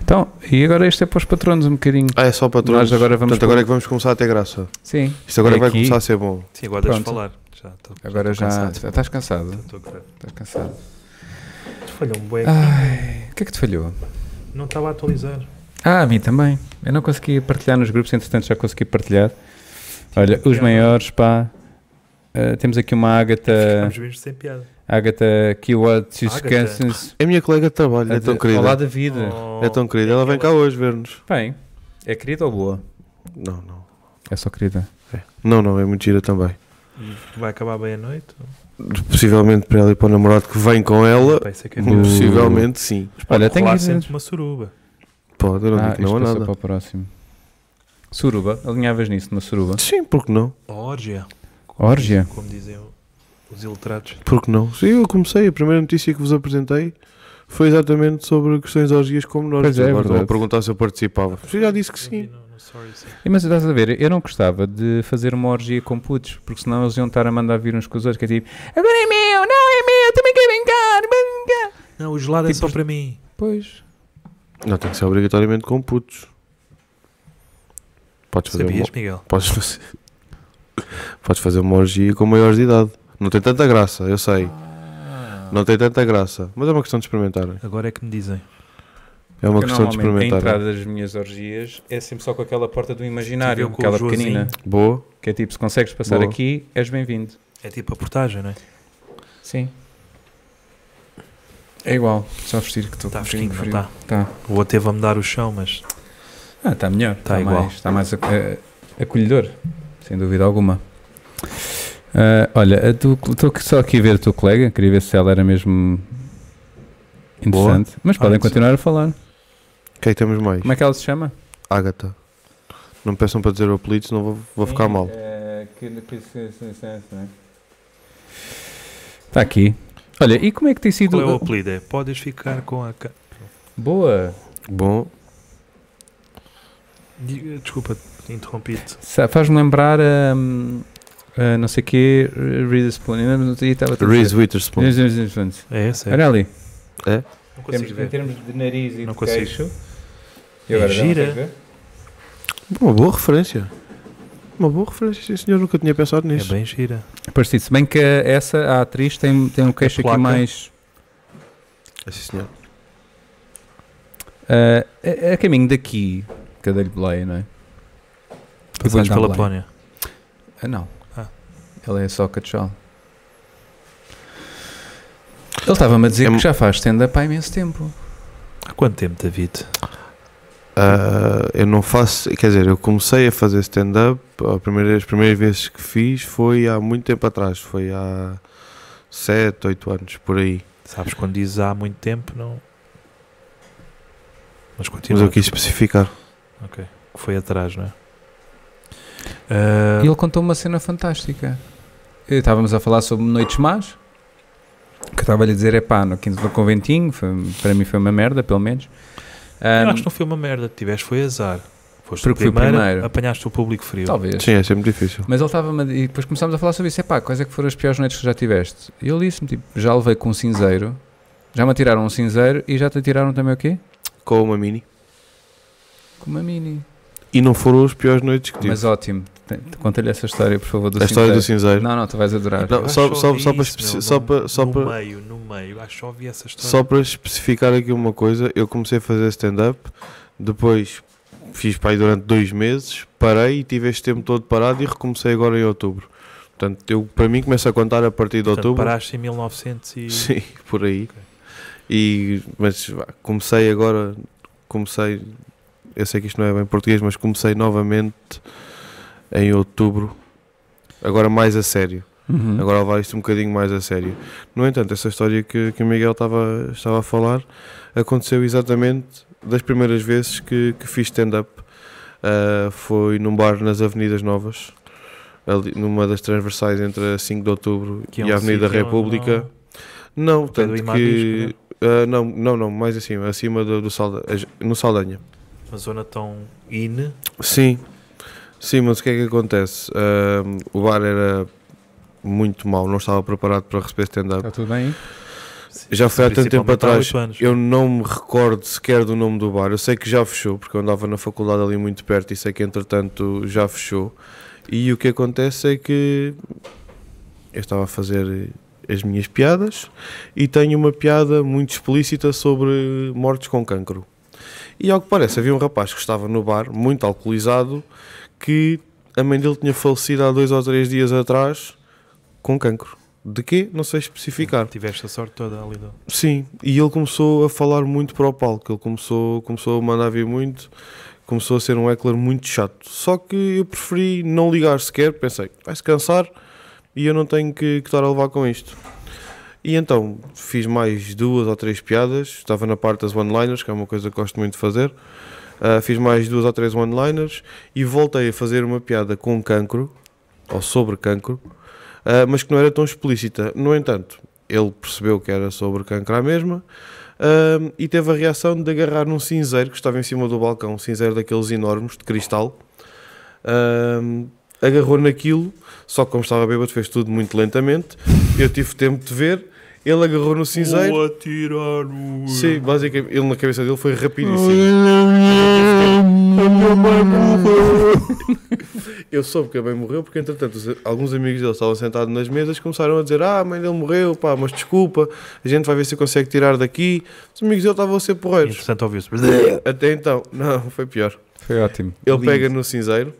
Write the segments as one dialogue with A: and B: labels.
A: Então, e agora este é para os patronos um bocadinho.
B: Ah, é só para todos.
A: Nós agora vamos
B: Portanto, agora é que vamos começar a ter graça.
A: Sim,
B: Isto agora
A: E
B: vai
A: aqui?
B: começar a ser bom.
C: Sim, agora deixa
A: Pronto.
C: falar. Já estou.
A: agora já.
C: cansado.
A: já Estás cansado?
C: estou a correr.
A: Estás cansado.
D: Falhou-me um bué.
A: Ai, o que é que te falhou?
D: Não estava a atualizar.
A: Ah, a mim também. Eu não consegui partilhar nos grupos, entretanto já consegui partilhar. Olha, os maiores, pá. Ah, temos aqui uma Agatha,
D: Ficámos mesmo sem é piada.
A: Agatha Keyword
D: Agatha.
A: Descanses.
B: É a minha colega de trabalho, é tão querida.
A: Olá, David.
D: Oh,
B: É tão querida. Ela vem cá hoje ver-nos.
A: Bem, é querida ou boa?
B: Não, não.
A: É só querida.
B: Não, não, é muito gira também.
D: Vai acabar bem a noite?
B: Possivelmente para ela e para o namorado que vem com ela.
D: Pá, isso é que é
A: Hum.
D: melhor.
B: Possivelmente sim.
A: Olha, tenho
D: Rolar
A: que
D: sempre uma suruba.
B: Pode, eu não
A: Ah,
B: digo
A: isto
B: não a
A: passou
B: nada.
A: para o próximo. Suruba, alinhavas nisso, uma suruba.
B: Sim, porque não?
D: Órgia. Como
A: Órgia?
D: dizem- Como dizem os iletrados.
B: Porque não? Sim, eu comecei. A primeira notícia que vos apresentei foi exatamente sobre questões de orgias como nós.
A: Pois é, é
B: Agora estão a
A: verdade.
B: perguntar se eu participava. Eu já disse que sim.
D: No, no story, sim.
A: E, Mas estás a ver, eu não gostava de fazer uma orgia com putos, porque senão eles iam estar a mandar vir uns com os outros, que é tipo, agora é meu, não é meu, também quero brincar, mas brincar.
D: Não, o gelado
A: Tipo-
D: é só para mim.
A: Pois.
B: Não tem que ser obrigatoriamente com putos. Podes fazer, uma,
D: Sabias, Miguel?
B: podes fazer, podes fazer uma orgia com maiores de idade. Não tem tanta graça, eu sei. Não tem tanta graça. Mas é uma questão de experimentarem.
D: Agora é que me dizem.
B: É uma
A: Porque
B: questão de
A: normalmente a
B: experimentarem.
A: entrada das minhas orgias é sempre só com aquela porta do imaginário,
D: Tive com o
A: aquela
D: Joãozinho.
A: pequenina,
B: Boa.
A: que é tipo, se consegues passar
B: Boa.
A: aqui, és bem-vindo.
D: É tipo a portagem, não é?
A: Sim. É igual, só vestir que estou
D: Está
A: com um bocadinho
D: fresquinho, não
A: de
D: está?
A: Tá.
D: O outro teve a mudar o chão, mas
A: Ah, está melhor.
B: Tá
A: Está
D: igual.
A: mais, está mais ac- eh, acolhedor, sem dúvida alguma. Ah, olha, a do- estou aqui- só aqui a ver a tua colega, queria ver se ela era mesmo interessante. Mas
D: Ah,
A: podem
D: interessante.
A: continuar a falar.
B: O que é que temos mais?
A: Como é que ela se chama?
B: Ágata. Não me peçam para dizer o apelido, senão vou, vou ficar mal.
D: é,
A: Está Tá aqui. Olha, e como é que tem sido.
D: qual é o apelido? É, podes ficar com a. ca-
A: Boa!
B: Bom,
D: Diga- Desculpa, interrompi-te.
A: Sa- Faz-me lembrar a. não sei o quê, Reese Spoon.
B: Reese Witherspoon.
A: Witherspoon.
D: É essa? É.
A: Olha ali.
D: Não
A: Em termos-
D: consigo
A: em
D: ver.
A: termos de nariz e
D: Não
A: de
D: consigo.
A: queixo. E
D: É
A: agora já não
D: gira.
A: consegues ver?
B: Uma boa referência. Uma boa referência, sim senhor. Nunca tinha pensado
D: É
B: nisso.
D: bem gira.
A: Parecido. Se bem que essa, a atriz, tem, tem um queixo aqui
D: placa.
A: mais.
B: É, sim senhor.
A: ah, a, a caminho daqui, cadê-lhe boleia, não é?
D: Passamos
A: Wanda
D: pela
A: Blay.
D: Polónia.
A: Ah, não.
D: Ah.
A: Ela é só catchal. Ele estava-me a dizer
B: É
D: um
A: que
B: mu-
A: já faz stand-up há imenso tempo.
D: Há quanto tempo, David?
B: Ah, eu não faço, quer dizer, eu comecei a fazer stand-up, a primeira- as primeiras vezes que fiz foi há muito tempo atrás, foi há 7, 8 anos, por aí.
D: Sabes, quando dizes há muito tempo, não.
B: Mas
D: Mas continua.
B: eu quis especificar.
D: que Foi atrás, não é? Ah,
A: E ele contou uma cena fantástica. Eh, Estávamos a falar sobre Noites Más. Que eu estava a lhe dizer, é pá, no quinto do conventinho, foi- para mim foi uma merda, pelo menos.
D: eu
A: Ahm,
D: acho que não foi uma merda. Tiveste, foi azar. Foste
A: Porque
D: o
A: fui o
D: primeiro,
A: primeiro.
D: apanhaste o público frio.
A: talvez.
B: Sim, é sempre difícil.
A: Mas ele estava E depois começámos a falar sobre isso. Epá, quais é que foram as piores noites que já tiveste? E ele disse-me, tipo, já levei com um cinzeiro. Já me atiraram um cinzeiro e já te atiraram também o quê?
B: Com uma mini.
A: Com uma mini.
B: E não foram as piores noites que tive.
A: Mas ótimo. Tem- Conta-lhe essa história, por favor, do
B: Tipo. a história do
A: cinzeiro.
B: cinzeiro.
A: Não, não, tu vais adorar.
B: Não,
D: Eu acho
B: só-
D: que
B: só-
D: ouvi
B: só para
D: isso,
B: especi-
D: meu,
B: só
D: no-
B: para- só
D: no
B: para-
D: meio, no meio. Acho que só ouvi essa história.
B: Só para especificar aqui uma coisa, eu comecei a fazer stand-up, depois fiz para aí durante dois meses, parei e tive este tempo todo parado e recomecei agora em outubro. Portanto, eu para mim começo a contar a partir de
D: Portanto,
B: outubro.
D: paraste em 1900 e...
B: Sim, por aí.
D: Ok.
B: E, mas vá, comecei agora, comecei, eu sei que isto não é bem português, mas comecei novamente em outubro, agora mais a sério.
A: Uhum.
B: Agora levar isto um bocadinho mais a sério. No entanto, essa história que, que o Miguel estava, estava a falar aconteceu exatamente das primeiras vezes que, que fiz stand-up. Ah, foi num bar nas Avenidas Novas, ali numa das transversais entre a 5 de Outubro
D: que é
B: e
D: um
B: a Avenida
D: sítio
B: República.
D: onde
B: Não,
D: pé do
B: tanto
D: Imabisco,
B: que. ah, não, não, não, mais acima, acima do, do Salda, no Saldanha.
D: não- Uma zona tão in.
B: Sim, sim, mas o que é que acontece? Ah, o bar era muito mau, não estava preparado para receber stand-up.
A: Está tudo bem?
B: Já foi há tanto tempo
D: Principalmente há
B: atrás.
D: oito anos.
B: Eu não me recordo sequer do nome do bar. Eu sei que já fechou, porque eu andava na faculdade ali muito perto e sei que entretanto já fechou. E o que acontece é que eu estava a fazer as minhas piadas e tenho uma piada muito explícita sobre mortes com cancro. E ao que parece, havia um rapaz que estava no bar, muito alcoolizado, que a mãe dele tinha falecido há dois ou três dias atrás com cancro. De quê? Não sei especificar.
D: Tiveste a sorte toda ali. Do...
B: Sim, e ele começou a falar muito para o palco, ele começou, começou a mandar vir muito, começou a ser um heckler muito chato. Só que eu preferi não ligar sequer, pensei, vai-se cansar e eu não tenho que, que estar a levar com isto. E então fiz mais duas ou três piadas, estava na parte das one-liners, que é uma coisa que gosto muito de fazer. Ah, fiz mais duas ou três one-liners e voltei a fazer uma piada com cancro, ou sobre cancro, ah, mas que não era tão explícita. No entanto, ele percebeu que era sobre cancro à mesma ahm, e teve a reação de agarrar num cinzeiro que estava em cima do balcão, um cinzeiro daqueles enormes de cristal. Ahm, agarrou naquilo, só que como estava bêbado, fez tudo muito lentamente. Eu tive tempo de ver. Ele agarrou no cinzeiro.
D: Vou atirar o...
B: Sim, basicamente, ele na cabeça dele foi rapidíssimo. Eu soube que a mãe morreu porque, entretanto, os- alguns amigos dele estavam sentados nas mesas começaram a dizer: Ah, a mãe dele morreu, pá, mas desculpa, a gente vai ver se consegue tirar daqui. Os amigos dele estavam a ser porreiros.
D: Interessante ouvir-se.
B: Até então, não, foi pior.
A: Foi ótimo.
B: Ele
A: Lindo.
B: pega no cinzeiro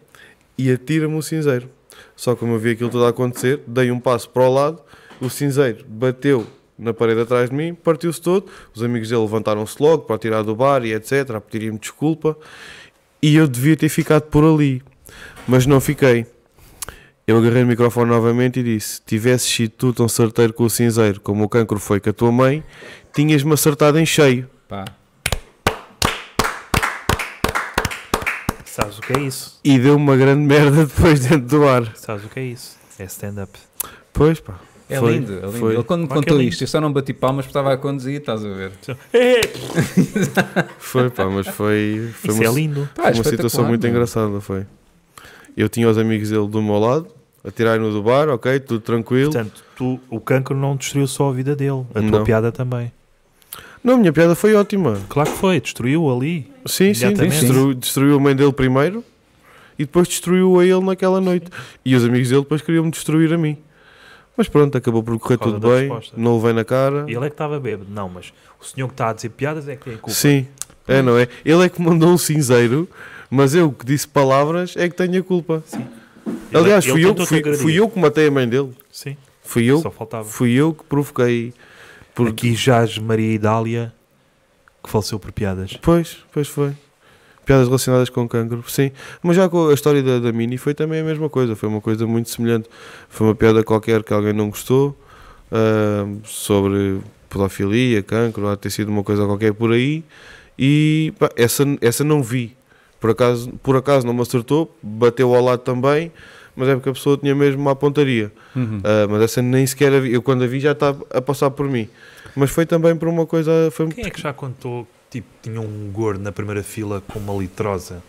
B: e atira-me o cinzeiro. Só que como eu vi aquilo tudo a acontecer, dei um passo para o lado, o cinzeiro bateu na parede atrás de mim, partiu-se todo. Os amigos dele levantaram-se logo para tirar do bar e etc. A pedir-me desculpa. E eu devia ter ficado por ali, mas não fiquei. Eu agarrei o microfone novamente e disse: Tivesses sido tu tão certeiro com o cinzeiro como o cancro foi com a tua mãe, tinhas-me acertado em cheio.
A: Pá.
D: Sabes o que é isso?
B: E deu uma grande merda depois dentro do ar.
D: Sabes o que é isso? É stand-up.
B: Pois pá.
A: É
B: Foi,
A: lindo, é lindo.
B: foi.
A: Ele quando me
D: Claro que
A: contou
D: é lindo.
A: isto, eu só não bati palmas porque estava a conduzir, estás a ver?
B: é Foi, pá, mas foi, foi
D: Isso
B: uma,
D: é lindo.
A: Pá,
B: foi uma
A: Ah, espetacular,
B: situação muito
A: meu.
B: engraçada, foi. Eu tinha os amigos dele do meu lado, a tirarem-no do bar, ok, tudo tranquilo.
D: Portanto, tu, o cancro não destruiu só a vida dele, a tua
B: Não.
D: piada também.
B: Não, a minha piada foi ótima.
D: Claro que foi, destruiu ali.
B: Sim, sim,
D: Exatamente.
B: destruiu, destruiu a mãe dele primeiro e depois destruiu a ele naquela noite. E os amigos dele depois queriam-me destruir a mim. Mas pronto, acabou por correr
D: Por causa
B: tudo
D: da
B: bem,
D: resposta.
B: não levei na cara.
D: Ele é que estava bêbado. Não, mas o senhor que está a dizer piadas é que tem culpa.
B: Sim, é, não é? Ele é que mandou um cinzeiro, mas eu que disse palavras é que tenho a culpa.
D: Ele- é-
B: Aliás,
D: ele
B: fui, eu, que-
D: tentou-te
B: fui,
D: agredir.
B: fui eu que matei a mãe dele.
D: Sim,
B: Fui eu
D: só faltava.
B: Fui eu que provoquei. Porque...
D: Aqui jaz Maria Idália, que faleceu por piadas.
B: Pois, pois foi. Piadas relacionadas com cancro, sim. Mas já com a história da, da Mini foi também a mesma coisa. Foi uma coisa muito semelhante. Foi uma piada qualquer que alguém não gostou ahm, sobre pedofilia, cancro, há de ter sido uma coisa qualquer por aí. E pá, essa, essa não vi. Por acaso, por acaso não me acertou, bateu ao lado também, mas é porque a pessoa tinha mesmo uma pontaria.
A: Uhum.
B: Ah, mas essa nem sequer a vi. Eu quando a vi já estava a passar por mim. Mas foi também por uma coisa. Foi
D: Quem é que já contou que tipo, tinha um gordo na primeira fila com uma litrosa?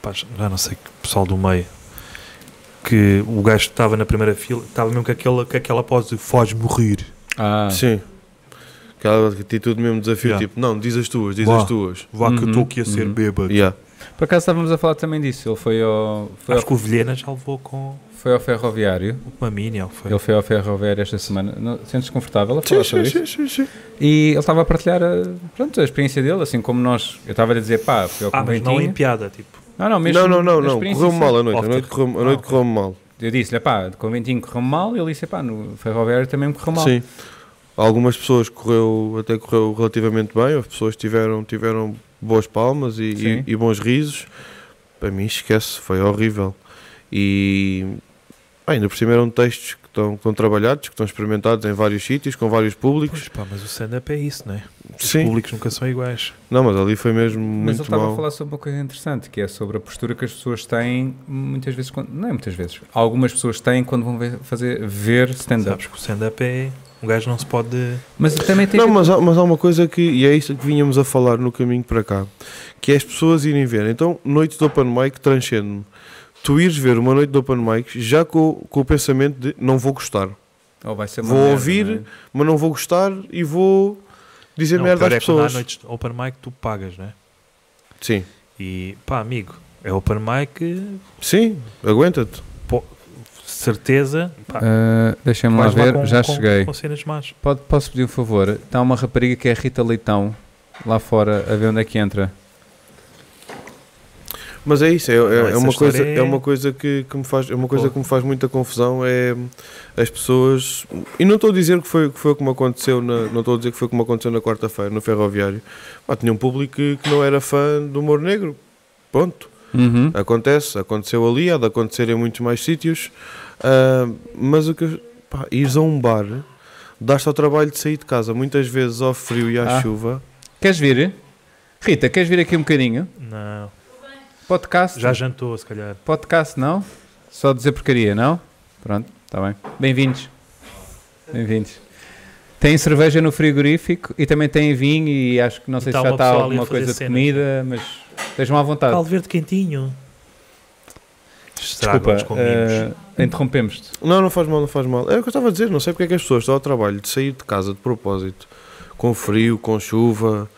D: Pá, já não sei que pessoal do meio. Que o gajo que estava na primeira fila estava mesmo com aquela, com aquela pose de faz morrer.
A: Ah,
B: Sim. Aquela atitude mesmo de desafio,
D: Yeah.
B: tipo, não, diz as tuas, diz
D: Vá.
B: as tuas.
D: Vá que eu
A: Uhum,
D: estou aqui a ser
A: uhum.
D: bêbado.
B: Yeah.
A: por acaso estávamos a falar também disso. Ele foi ao, foi ao,
D: Acho que o Vilhena já levou com
A: foi ao ferroviário.
D: uma mini, ou foi?
A: Ele foi ao ferroviário esta semana. Não- Sentes-te confortável a falar sobre isso?
B: sim, sim.
A: E ele estava a partilhar a, pronto, a experiência dele, assim como nós. Eu estava a dizer, pá, fui ao
D: Ah, mas não em
A: conventinho.
D: piada, tipo.
A: Não, não, mesmo
B: Não, não, não,
A: a
B: não.
A: experiência
B: Correu-me mal a noite.
D: Off
B: A
D: the
B: noite correu-me a noite
D: Ah,
B: correu-me mal.
A: Eu disse-lhe, pá, de conventinho correu-me mal. E ele disse, pá, no ferroviário também me correu mal.
B: Sim. Algumas pessoas correu, até correu relativamente bem, as pessoas tiveram, tiveram boas palmas e,
A: Sim.
B: e- e bons risos. Para mim, esquece, foi horrível. E ah, ainda por cima eram textos que estão, que estão trabalhados, que estão experimentados em vários sítios, com vários públicos.
D: Pois pá, mas o stand-up é isso, não é? Os
B: Sim.
D: públicos nunca são iguais.
B: Não, mas ali foi mesmo
A: Mas ele
B: muito
A: estava a
B: mal.
A: falar sobre uma coisa interessante, que é sobre a postura que as pessoas têm, muitas vezes, quando, não é muitas vezes, algumas pessoas têm quando vão ver, fazer, ver stand-up.
D: Sabes é. que o stand-up é. Um gajo não se pode.
A: Mas também tem.
B: Não,
A: que-
B: mas há, mas há uma coisa que, e é isto que vínhamos a falar no caminho para cá, que é as pessoas irem ver. Então, noites de open mic transcende-me. Tu ires ver uma noite de open mic já com, com o pensamento de não vou gostar.
A: Ou vai ser uma
B: Vou
A: merda,
B: ouvir.
A: não é?
B: mas não vou gostar e vou dizer
D: Não,
B: merda
D: pior
B: às
D: é quando há
B: pessoas.
D: noites de open mic tu pagas, né?
B: Sim,
D: E pá, amigo, é open mic,
B: sim, aguenta-te.
D: certeza. Pá,
A: Ah, Deixa-me lá
D: vais lá
A: ver,
D: com-
A: já
D: com-
A: cheguei.
D: Com cenas más.
A: Pode- posso pedir um favor? Está uma rapariga que é a Rita Leitão lá fora a ver onde é que entra.
B: Mas é isso, é, é- é
D: essa
B: uma, coisa,
D: história é-
B: é uma coisa que, que me faz, é uma coisa
D: Pô.
B: que me faz muita confusão, é as pessoas, e não estou a dizer que foi, que foi como aconteceu na, não estou a dizer que foi como aconteceu na quarta-feira, no ferroviário. Pá, tinha um público que, que não era fã do humor negro. Ponto.
A: Uhum.
B: Acontece, aconteceu ali, há de acontecer em muitos mais sítios. Ah, mas o que eu- pá, ires a um bar, dás-te ao trabalho de sair de casa, muitas vezes ao frio e à
A: Ah.
B: chuva.
A: Queres vir? Rita, queres vir aqui um bocadinho?
D: Não.
A: Podcast?
D: Já jantou, se calhar.
A: Podcast não? Só dizer porcaria, não? Pronto, está bem. Bem-vindos. Bem-vindos. Tem cerveja no frigorífico e também tem vinho e acho que não
D: E
A: sei
D: tá
A: se já
D: uma
A: está
D: pessoa ali
A: alguma
D: a fazer
A: coisa de
D: cenas.
A: comida, mas estejam à vontade.
D: Caldo verde quentinho.
A: Desculpa,
D: Estragam-nos com mimos.
A: eh, interrompemos-te.
B: Não, não faz mal, não faz mal. Era o que eu estava a dizer, não sei porque é que as pessoas estão ao trabalho de sair de casa de propósito, com frio, com chuva,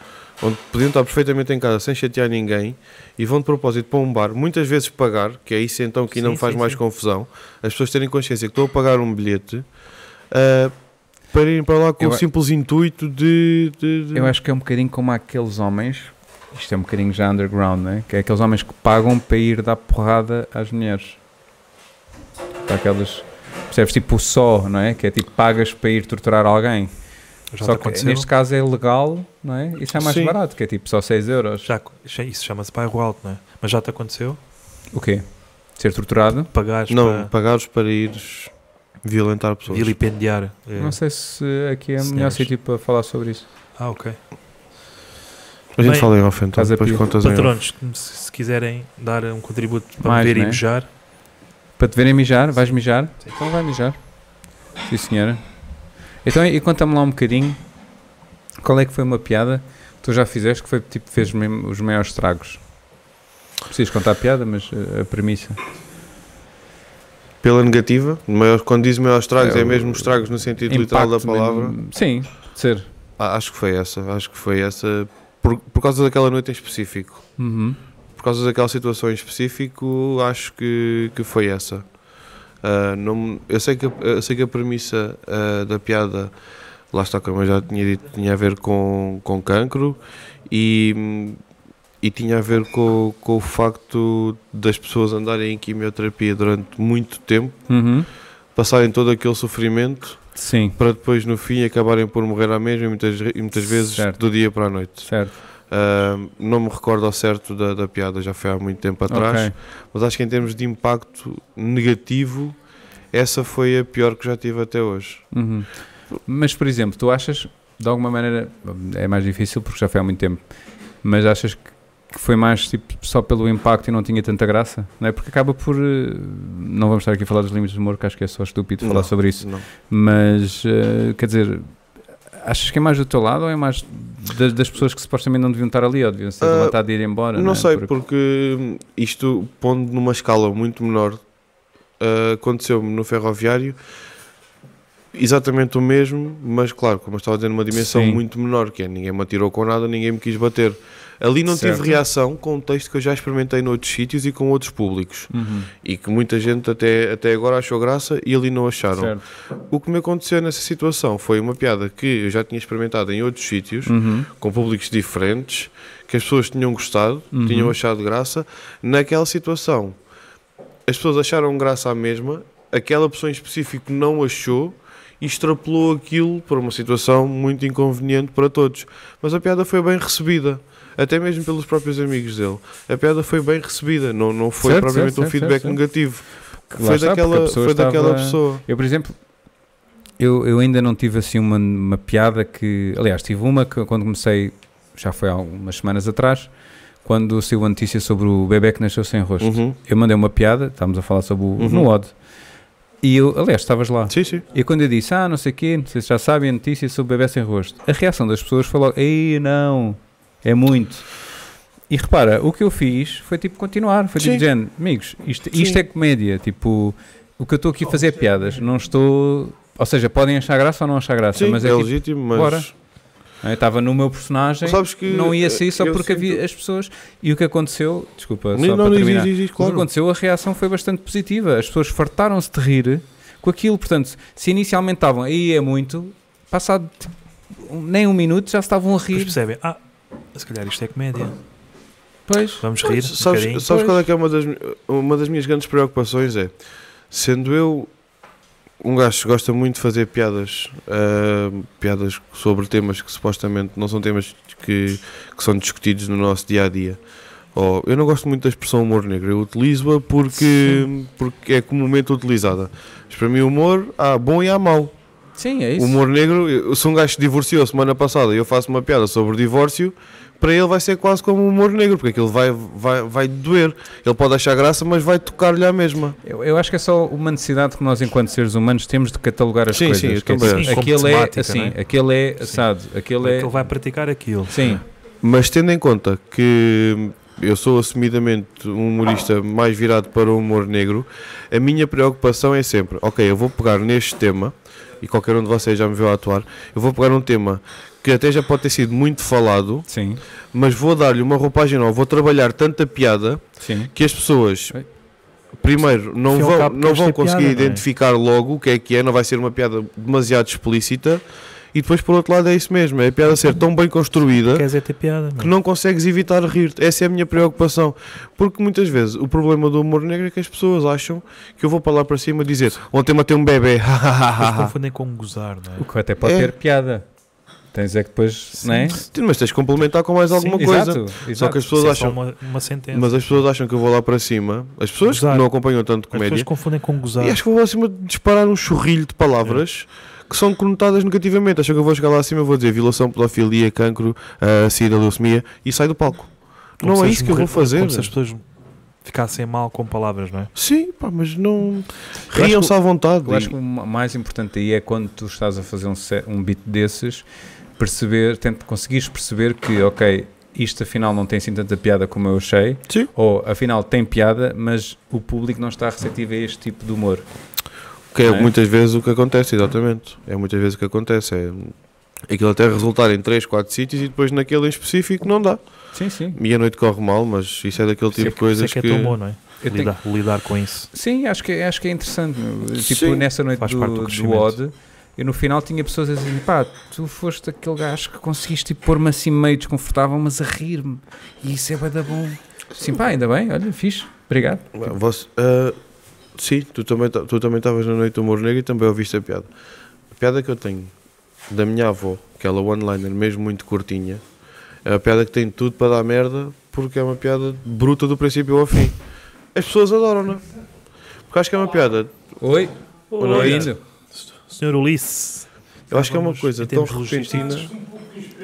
B: onde podiam estar perfeitamente em casa sem chatear ninguém e vão de propósito para um bar, muitas vezes pagar, que é isso então que ainda
D: Sim,
B: me faz
D: sim,
B: mais
D: sim.
B: confusão, as pessoas terem consciência que estou a pagar um bilhete ah, para irem para lá com
A: Eu
B: o
A: a-
B: simples intuito de. de- de-
A: Eu acho que é um bocadinho como aqueles homens, isto é um bocadinho já underground, né? que é aqueles homens que pagam para ir dar porrada às mulheres. Para aquelas, percebes? Tipo o só, não é? Que é tipo pagas para ir torturar alguém.
D: Já
A: só
D: te
A: que
D: aconteceu?
A: neste caso é legal, não é? Isso é mais
B: Sim.
A: barato, que é tipo só 6 euros.
D: Já, isso- isso chama-se bairro alto, não é? Mas já te aconteceu?
A: O quê? Ser torturado?
D: Pagares
B: Não,
D: para
B: pagares para ires violentar pessoas.
D: vilipendiar. eh,
A: Não sei se aqui é o melhor
D: Senhores.
A: sítio para falar sobre isso.
D: Ah, ok.
B: A gente
D: Bem,
B: fala em off, então,
A: estás a
B: depois
A: pedir-
B: contas em off.
D: Patronos, que se se quiserem dar um contributo para
A: Mais,
D: beber
A: né?
D: e mijar,
A: Para te verem mijar? Vais mijar?
D: Sim.
A: Então vai mijar. Sim, senhora. Então, e conta-me lá um bocadinho qual é que foi uma piada que tu já fizeste que foi tipo fez mesmo os maiores estragos. Preciso contar a piada, mas eh, a premissa.
B: Pela negativa, maior, quando diz maior estragos,
A: É
B: é,
A: o-
B: mesmo estragos no sentido literal da
A: Impacto
B: palavra.
A: mesmo. Sim, de ser.
B: Ah, acho que foi essa, acho que foi essa. Por, por causa daquela noite em específico,
A: Uhum.
B: por causa daquela situação em específico, acho que, que foi essa. Ah, não, me- eu, sei que, a- eu sei que a premissa ah, da piada, lá está, como eu já tinha dito, tinha a ver com, com cancro e, e tinha a ver com, com o facto das pessoas andarem em quimioterapia durante muito tempo,
A: Uhum.
B: passarem todo aquele sofrimento
A: Sim,
B: para depois no fim acabarem por morrer à mesma e muitas, e muitas vezes
A: Certo.
B: do dia para a noite.
A: certo.
B: Ahm, não me recordo ao certo da, da piada, já foi há muito tempo atrás,
A: Ok.
B: mas acho que em termos de impacto negativo, essa foi a pior que já tive até hoje.
A: Uhum. Mas, por exemplo, tu achas, de alguma maneira, é mais difícil porque já foi há muito tempo, mas achas que que foi mais tipo, só pelo impacto e não tinha tanta graça? Não é? Porque acaba por. eh, Não vamos estar aqui a falar dos limites do humor, que acho que é só estúpido falar
B: Não.
A: sobre isso.
B: Não.
A: Mas, eh, quer dizer, achas que é mais do teu lado ou é mais das, das pessoas que supostamente não deviam estar ali ou deviam ser
B: Ah,
A: levantadas e ir embora?
B: Não
A: é?
B: sei,
A: Porque-
B: porque hum, isto, pondo numa escala muito menor, ah, aconteceu-me no ferroviário exatamente o mesmo, mas claro, como eu estava a dizer, numa dimensão
A: Sim.
B: muito menor, que é ninguém me atirou com nada, ninguém me quis bater. Ali não
A: Certo.
B: tive reação com um texto que eu já experimentei noutros sítios e com outros públicos
A: Uhum,
B: e que muita gente até, até agora achou graça e ali não acharam.
A: certo.
B: O que me aconteceu nessa situação foi uma piada que eu já tinha experimentado em outros sítios
A: Uhum,
B: com públicos diferentes, que as pessoas tinham gostado,
A: Uhum.
B: tinham achado graça. Naquela situação, as pessoas acharam graça à mesma, aquela pessoa em específico não achou e extrapolou aquilo para uma situação muito inconveniente para todos. Mas a piada foi bem recebida. Até mesmo pelos próprios amigos dele. A piada foi bem recebida, não, não foi
A: Certo,
B: propriamente
A: certo, certo,
B: um
A: certo,
B: feedback
A: certo.
B: negativo.
A: Lá
B: Foi,
A: está, porque a
B: daquela,
A: pessoa
B: foi daquela
A: estava-
B: pessoa.
A: Eu, por exemplo, eu, eu ainda não tive assim uma, uma piada que. Aliás, tive uma que eu, quando comecei, já foi há umas semanas atrás, quando saiu a notícia sobre o bebê que nasceu sem rosto.
B: Uhum.
A: Eu mandei uma piada, estávamos a falar sobre o
B: Uhum.
A: no Odd. E eu, aliás, estavas lá.
B: Sim, sim.
A: E quando eu disse, ah, não sei o quê, vocês já sabem a notícia sobre o bebê sem rosto, a reação das pessoas foi logo, ei, não, é muito. E repara, o que eu fiz foi tipo continuar, foi tipo
B: Sim.
A: dizendo, amigos, isto, isto
B: Sim.
A: é comédia, tipo, o que eu estou aqui a fazer é piadas, não estou Ou seja, podem achar graça ou não achar graça,
B: Sim,
A: mas
B: é,
A: é, tipo,
B: legítimo, mas.
A: bora. Eu estava no meu personagem,
B: Sabes que
A: não ia sair só
B: eu
A: porque
B: sinto-
A: havia as pessoas. E o que aconteceu, desculpa, só
B: Não,
A: para
B: não, diz,
A: terminar.
B: diz, diz,
A: O
B: claro.
A: que aconteceu, a reação foi bastante positiva. As pessoas fartaram-se de rir com aquilo. Portanto, se inicialmente estavam aí é muito, passado tipo, um- nem um minuto já estavam a
D: Depois
A: rir.
D: percebem, ah, se calhar isto é comédia.
A: Ah. Pois,
D: Vamos rir um bocadinho.
B: Sabes, sabes qual é que é uma das, mi- uma das minhas grandes preocupações? É, sendo eu um gajo que gosta muito de fazer piadas, ah, piadas sobre temas que supostamente não são temas que, que são discutidos no nosso dia a dia. Ou, eu não gosto muito da expressão humor negro, eu utilizo-a porque, porque é comumente utilizada. Mas para mim, o humor há bom e há mau.
A: sim, é
B: O
A: isso.
B: humor negro, eu, se um gajo se divorciou semana passada e eu faço uma piada sobre o divórcio, para ele vai ser quase como um humor negro, porque aquilo vai, vai, vai doer. Ele pode achar graça, mas vai tocar-lhe à mesma.
A: Eu, eu acho que é só uma necessidade que nós, enquanto seres humanos, temos de catalogar as
B: Sim,
A: coisas.
B: sim, eu
A: que é,
B: também
A: assim,
D: acho. Sim, como
A: aquele é
D: temática,
A: assim,
D: não
A: aquele é
D: Sim.
A: assado, aquele
D: Ele,
A: é.
D: vai praticar aquilo.
A: Sim,
B: Mas tendo em conta que eu sou assumidamente um humorista mais virado para o humor negro, a minha preocupação é sempre, ok, eu vou pegar neste tema, e qualquer um de vocês já me viu a atuar, eu vou pegar um tema que até já pode ter sido muito falado,
A: sim,
B: mas vou dar-lhe uma roupagem nova, vou trabalhar tanta piada
A: sim.
B: que as pessoas
A: Ei.
B: primeiro não
D: Afinal,
B: vão,
D: cabe
B: não
D: esta
B: vão conseguir
D: piada, não é?
B: identificar logo o que é que é, não vai ser uma piada demasiado explícita e depois por outro lado é isso mesmo, é a piada ser tão bem construída
D: Queres é ter piada?
B: que não consegues evitar rir. Essa é a minha preocupação. Porque muitas vezes o problema do humor negro é que as pessoas acham que eu vou para lá para cima dizer ontem matei um bebê.
A: Ah,
D: Depois confundem com gozar, não é?
A: O que até pode
B: É.
A: ter piada. Tens é que depois, não é?
B: Mas tens de complementar com mais
D: Sim,
B: alguma coisa.
A: Exato,
B: Só que
A: exato.
B: as pessoas
D: Isso é só
B: acham.
D: uma, uma sentença.
B: Mas as pessoas acham que eu vou lá para cima. As pessoas
D: Gozar.
B: que não acompanham tanto
D: As pessoas
B: comédia
D: confundem com gozar.
B: E acho que vou lá acima de disparar um chorrilho de palavras que são conotadas negativamente. Acho que eu vou chegar lá acima e vou dizer violação, pedofilia, cancro, uh, sida, leucemia e saio do palco.
D: Como
B: não
D: se
B: é
D: as
B: isso que eu vou
D: morrer-
B: fazer.
D: Como se as pessoas ficassem mal com palavras, não é?
B: Sim, pá, mas não.
A: que-
B: Riam-se à vontade.
A: Eu acho que
B: E-
A: o ma- mais importante aí é quando tu estás a fazer um, se- um beat desses, perceber, tenta, conseguires perceber que, ok, isto afinal não tem assim tanta piada como eu achei,
B: Sim.
A: ou afinal tem piada, mas o público não está receptivo a este tipo de humor.
B: Que é
A: não é?
B: muitas vezes o que acontece, exatamente. É muitas vezes o que acontece. É aquilo até resultar em 3, 4 sítios e depois naquele em específico não dá.
A: Sim, sim.
B: E a noite corre mal, mas isso é daquele
D: Isso é
B: tipo
D: que-
B: de coisas
D: isso é que é tão bom, não é?
A: Eu tenho-
D: Lidar, lidar com isso.
A: Sim, acho que, acho que é interessante. meu. Tipo,
B: Sim.
A: nessa noite
D: Faz
A: do,
D: parte do
A: do,
D: crescimento.
A: Odd, eu no final tinha pessoas a dizer pá, tu foste aquele gajo que conseguiste tipo, pôr-me assim meio desconfortável, mas a rir-me. E isso é bué da bom. Sim, pá, ainda bem, olha, fixe. Obrigado.
B: Ué, você- ah, sim, tu também ta- tu também estavas na noite do humor negro e também ouviste a piada. A piada que eu tenho da minha avó, aquela one-liner mesmo muito curtinha, é uma piada que tem tudo para dar merda porque é uma piada bruta do princípio ao fim. As pessoas adoram-na. Porque acho que é uma piada.
A: Oi.
B: Olá,
A: Oi,
B: Isa.
A: Isa.
D: Senhor Ulisses.
B: Eu acho que é uma
D: Estávamos
B: coisa
D: em
B: tão
D: termos
B: repentina.
D: logísticos.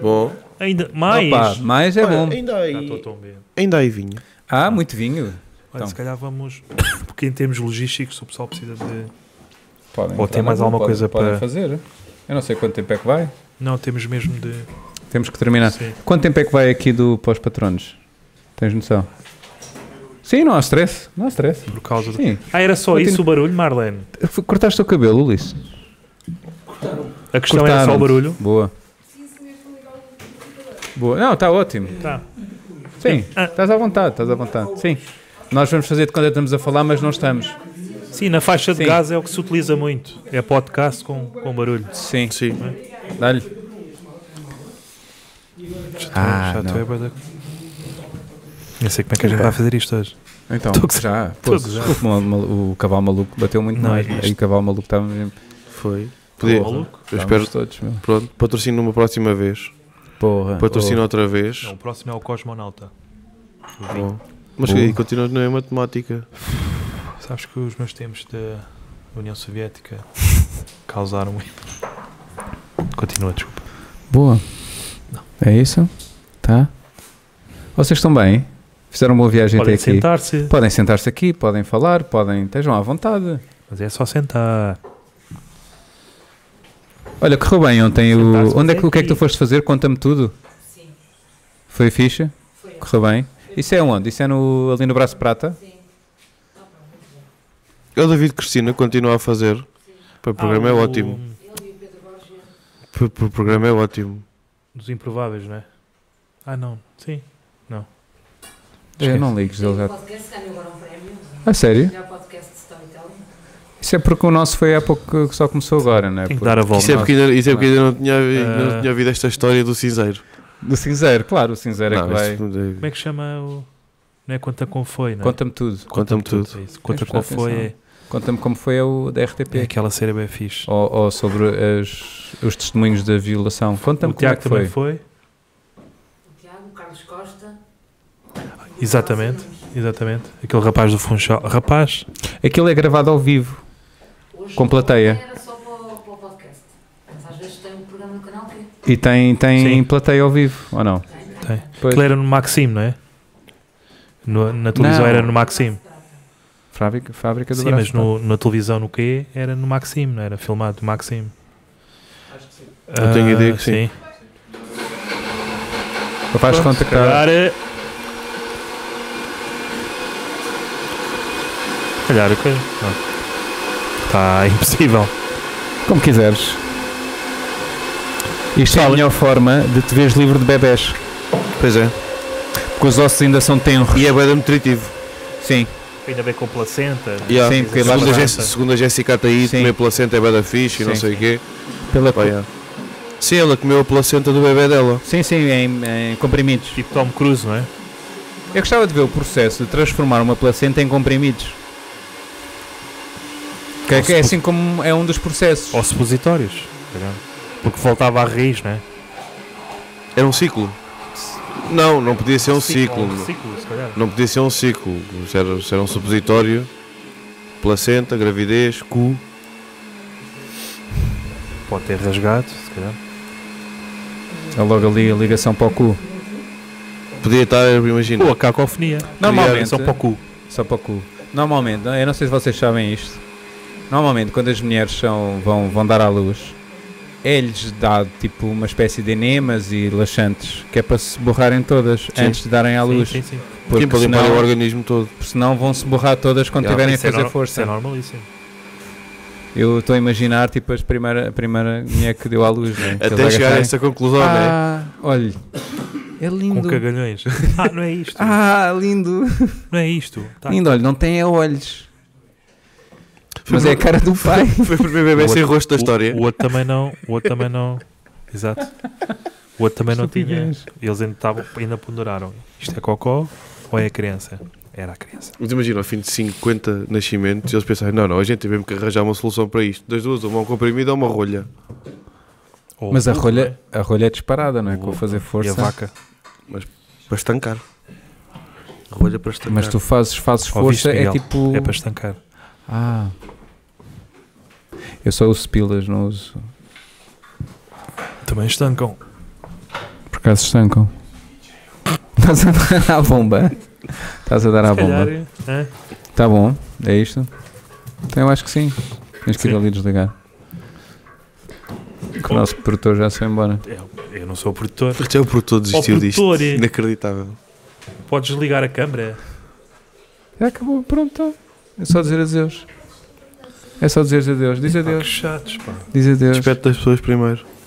B: Bom,
D: Ainda mais.
A: Opa, mas é
B: Olha,
A: bom.
B: Ainda
D: Ah,
B: aí,
D: estou tão bem.
B: ainda aí vinha.
A: Ah, muito vinho.
D: Olha,
A: Então.
D: se calhar vamos. Porque em termos logísticos o pessoal precisa de.
A: Podem
D: Ou tem mais alguma coisa para-
A: fazer. Eu não sei quanto tempo é que vai.
D: Não, temos mesmo de.
A: Temos que terminar.
D: Sim.
A: Quanto tempo é que vai aqui do pós-patronos? Tens noção? Sim, não há stress. Não há stress.
D: Por causa do.
A: Sim.
D: Ah, era só
A: Continu-
D: isso o barulho, Marlene.
A: F- Cortaste o cabelo, Ulisses?
D: A questão era só o
A: Cortaram-te.
D: barulho.
A: Boa. Boa. Não, está ótimo.
D: Tá.
A: Sim,
D: Ah.
A: estás à vontade, estás à vontade. Sim. Nós vamos fazer de quando estamos a falar, mas não estamos.
D: Sim, na faixa de
A: Sim.
D: gás é o que se utiliza muito. É podcast com, com barulho.
A: Sim,
B: Sim.
A: dá-lhe. Ah,
D: Já
A: não.
D: tu é bué da- Não sei como é que a gente vai fazer isto hoje.
A: Então,
D: Tô a gozar.
A: já,
D: Tô a
A: pô,
D: gozar.
A: desculpa, o mal- o cavalo maluco bateu muito
D: Não, é
A: mais. né?
D: este-
A: Aí o cavalo maluco estava mesmo.
B: Foi. Podia. Eu
D: Maluco?
B: espero.
A: estávamos todos, meu.
B: Pronto, patrocino uma próxima vez.
A: Porra.
B: Patrocino
D: Oh.
B: outra vez.
D: Não, o próximo é o Cosmonauta.
B: Bom. Mas
A: Boa.
B: aí é continuas na mesma temática.
D: Sabes que os meus tempos da União Soviética causaram. Continua, desculpa.
A: Boa. É isso? Tá? Vocês estão bem? Fizeram uma boa viagem
D: Podem
A: até aqui?
D: sentar-se,
A: Podem sentar-se aqui, podem falar, podem. Estejam à vontade.
D: mas é só sentar.
A: Olha, correu bem ontem. O,
D: Sentar-se
A: onde é que, o que é que tu
D: aqui.
A: foste fazer? Conta-me tudo. Sim. Foi ficha? Correu bem? Isso é onde? Isso é no, ali no Braço de Prata?
B: É o David Cristina, continua a fazer. Pá, O programa
A: Ah,
B: é
D: Ah, o-
B: ótimo. P- p- O programa é ótimo.
D: Dos improváveis, não é? Ah, não. Sim. Não.
A: Eu não ligo,
C: Tem
A: ele
C: um
A: já.
C: podcast que ganhou agora um prémio.
A: A sério?
C: Melhor podcast de storytelling.
A: Isso é porque o nosso foi há pouco que- que só começou agora, não é?
D: Tem que
A: Porque-
D: dar a volta.
B: Isso é porque ainda, isso é porque ainda não, tinha, ainda
D: Ah.
B: não tinha ouvido esta história do cinzeiro.
A: Do cinzeiro, claro, o cinzeiro é
B: Não,
A: que vai.
B: isso-
D: Como é que chama o. Não é conta com foi, não é?
A: Conta-me tudo.
B: Conta-me tudo.
D: É isso. Conta
A: Tens de
D: com
A: prestar
D: foi
A: atenção. Conta-me como foi o da
D: é, é
A: RTP.
D: aquela série bem fixe.
A: Ou, ou sobre as- os testemunhos da violação.
D: o
A: Conta-me como é
D: Tiago
A: que
D: também
A: foi.
D: foi.
C: O Tiago, o Carlos Costa.
D: Exatamente. Exatamente. Aquele rapaz do Funchal. Rapaz,
A: Aquilo é gravado ao vivo.
C: Hoje
A: Com plateia.
C: Era só para o, para o podcast. Mas às vezes tem um programa no canal que
A: E tem, tem
D: Sim. É.
A: plateia ao vivo, ou não?
C: tem.
D: Tem.
A: Pois.
D: aquele era no Maxim, não é? No- na televisão
A: Não.
D: era no Maxim.
A: Fábrica, fábrica do
D: Sim,
A: Braço.
D: mas no, na televisão no QE era no Maxim, não era filmado no Maxim. Acho que sim.
B: Eu tenho a ideia que sim.
A: Capaz de Então contactar.
D: Calhar é- Calhar a coisa. Está impossível.
A: Como quiseres. Isto é a melhor forma de te veres livre de bebés.
B: Pois é.
A: Porque os ossos ainda são tenros.
B: E é bem nutritivo.
A: Sim.
D: Ainda bem com placenta.
B: Yeah.
A: Sim, porque lá
B: Segundo, a
A: está.
B: Jéssica, segundo a Jéssica Ataí,
A: Sim.
B: comer placenta é bem da fixe e não
A: Sim.
B: sei o quê.
A: Pela
B: Pá, yeah. Sim, ela comeu a placenta do bebê dela.
A: Sim, sim, em, em comprimidos.
D: Tipo Tom Cruise, não é?
A: Eu gostava de ver o processo de transformar uma placenta em comprimidos. Que é, que é assim como é um dos processos.
D: Ou supositórios. tá ligado? Porque voltava à raiz, não é?
B: Era um ciclo? Não, não podia ser um ciclo.
D: Um ciclo, se calhar.
B: Não podia ser um ciclo. Isso era, isso era um supositório. Placenta, gravidez, cu.
D: Pode ter rasgado, se calhar.
A: É logo ali a ligação para o cu.
B: Podia estar, imagina.
D: Ou a cacofonia.
A: Normalmente- é.
D: Só para o cu.
A: Só para o cu. Normalmente, eu não sei se vocês sabem isto. Normalmente, quando as mulheres são, vão, vão dar à luz, é-lhes dado tipo uma espécie de enemas e laxantes, que é para se borrarem todas antes de darem à
D: Sim,
A: luz.
D: Sim, sim.
A: Porque
B: Porque para Tipo, limpar o
A: senão,
B: organismo todo.
A: senão vão-se borrar todas quando
B: Já,
A: tiverem a
D: Isso é
A: fazer
D: nor- Isso é
A: força.
D: normalíssimo.
A: Eu estou a imaginar tipo as primeira, a primeira mulher que deu à luz. Né? Que eles
B: Até chegar a
A: agarrarem-
B: essa conclusão, né?
A: Ah, olha. É
D: Com
A: lindo.
D: cagalhões. Ah, não é isto.
A: Ah, lindo.
D: Não é isto. Tá.
A: Lindo, olha, não tem é olhos. Mas é a cara do pai.
B: Foi o primeiro bebê
D: O
B: sem
D: outro-
B: rosto da história.
D: O, o outro também não. O outro também não. Exato. O outro também não tinha.
A: Estupidez.
D: Eles ainda, tavam, ainda ponderaram. Isto é cocó ou é a criança? Era a criança.
B: Mas imagina, ao fim de 50 nascimentos, eles pensaram: não, não, a gente tem mesmo que arranjar uma solução para isto. Das duas, uma um comprimido ou uma rolha.
D: Ou
A: Mas
D: o
A: a
D: cu,
A: rolha, a rolha é disparada, não é? Com fazer
D: não é? E a
A: força.
D: vaca.
B: Para estancar. Rolha para estancar.
A: Mas tu fazes, fazes
D: Ouviste,
A: força, é
D: é Miguel?
A: tipo.
D: É para estancar.
A: Ah. Eu só uso pilas, não uso.
D: Também estancam.
A: Por acaso estancam. Estás a dar à bomba. Estás a dar à
D: Se calhar,
A: bomba.
D: hã?
A: Tá bom, é isto? Então eu acho que sim. Tens que ir
D: Sim.
A: ali desligar. Que o nosso produtor já se foi embora.
D: Eu- Eu não sou o produtor.
B: Até é o produtor desistiu
D: Ó,
B: disto.
D: produtor, é.
B: Inacreditável.
D: Podes ligar a câmara.
A: Já acabou, pronto. então. É só dizer adeus. É só dizer adeus. Diz
D: Pá, Ah, que
A: adeus.
D: chatos, pá.
A: Diz adeus.
B: Respeito das pessoas primeiro.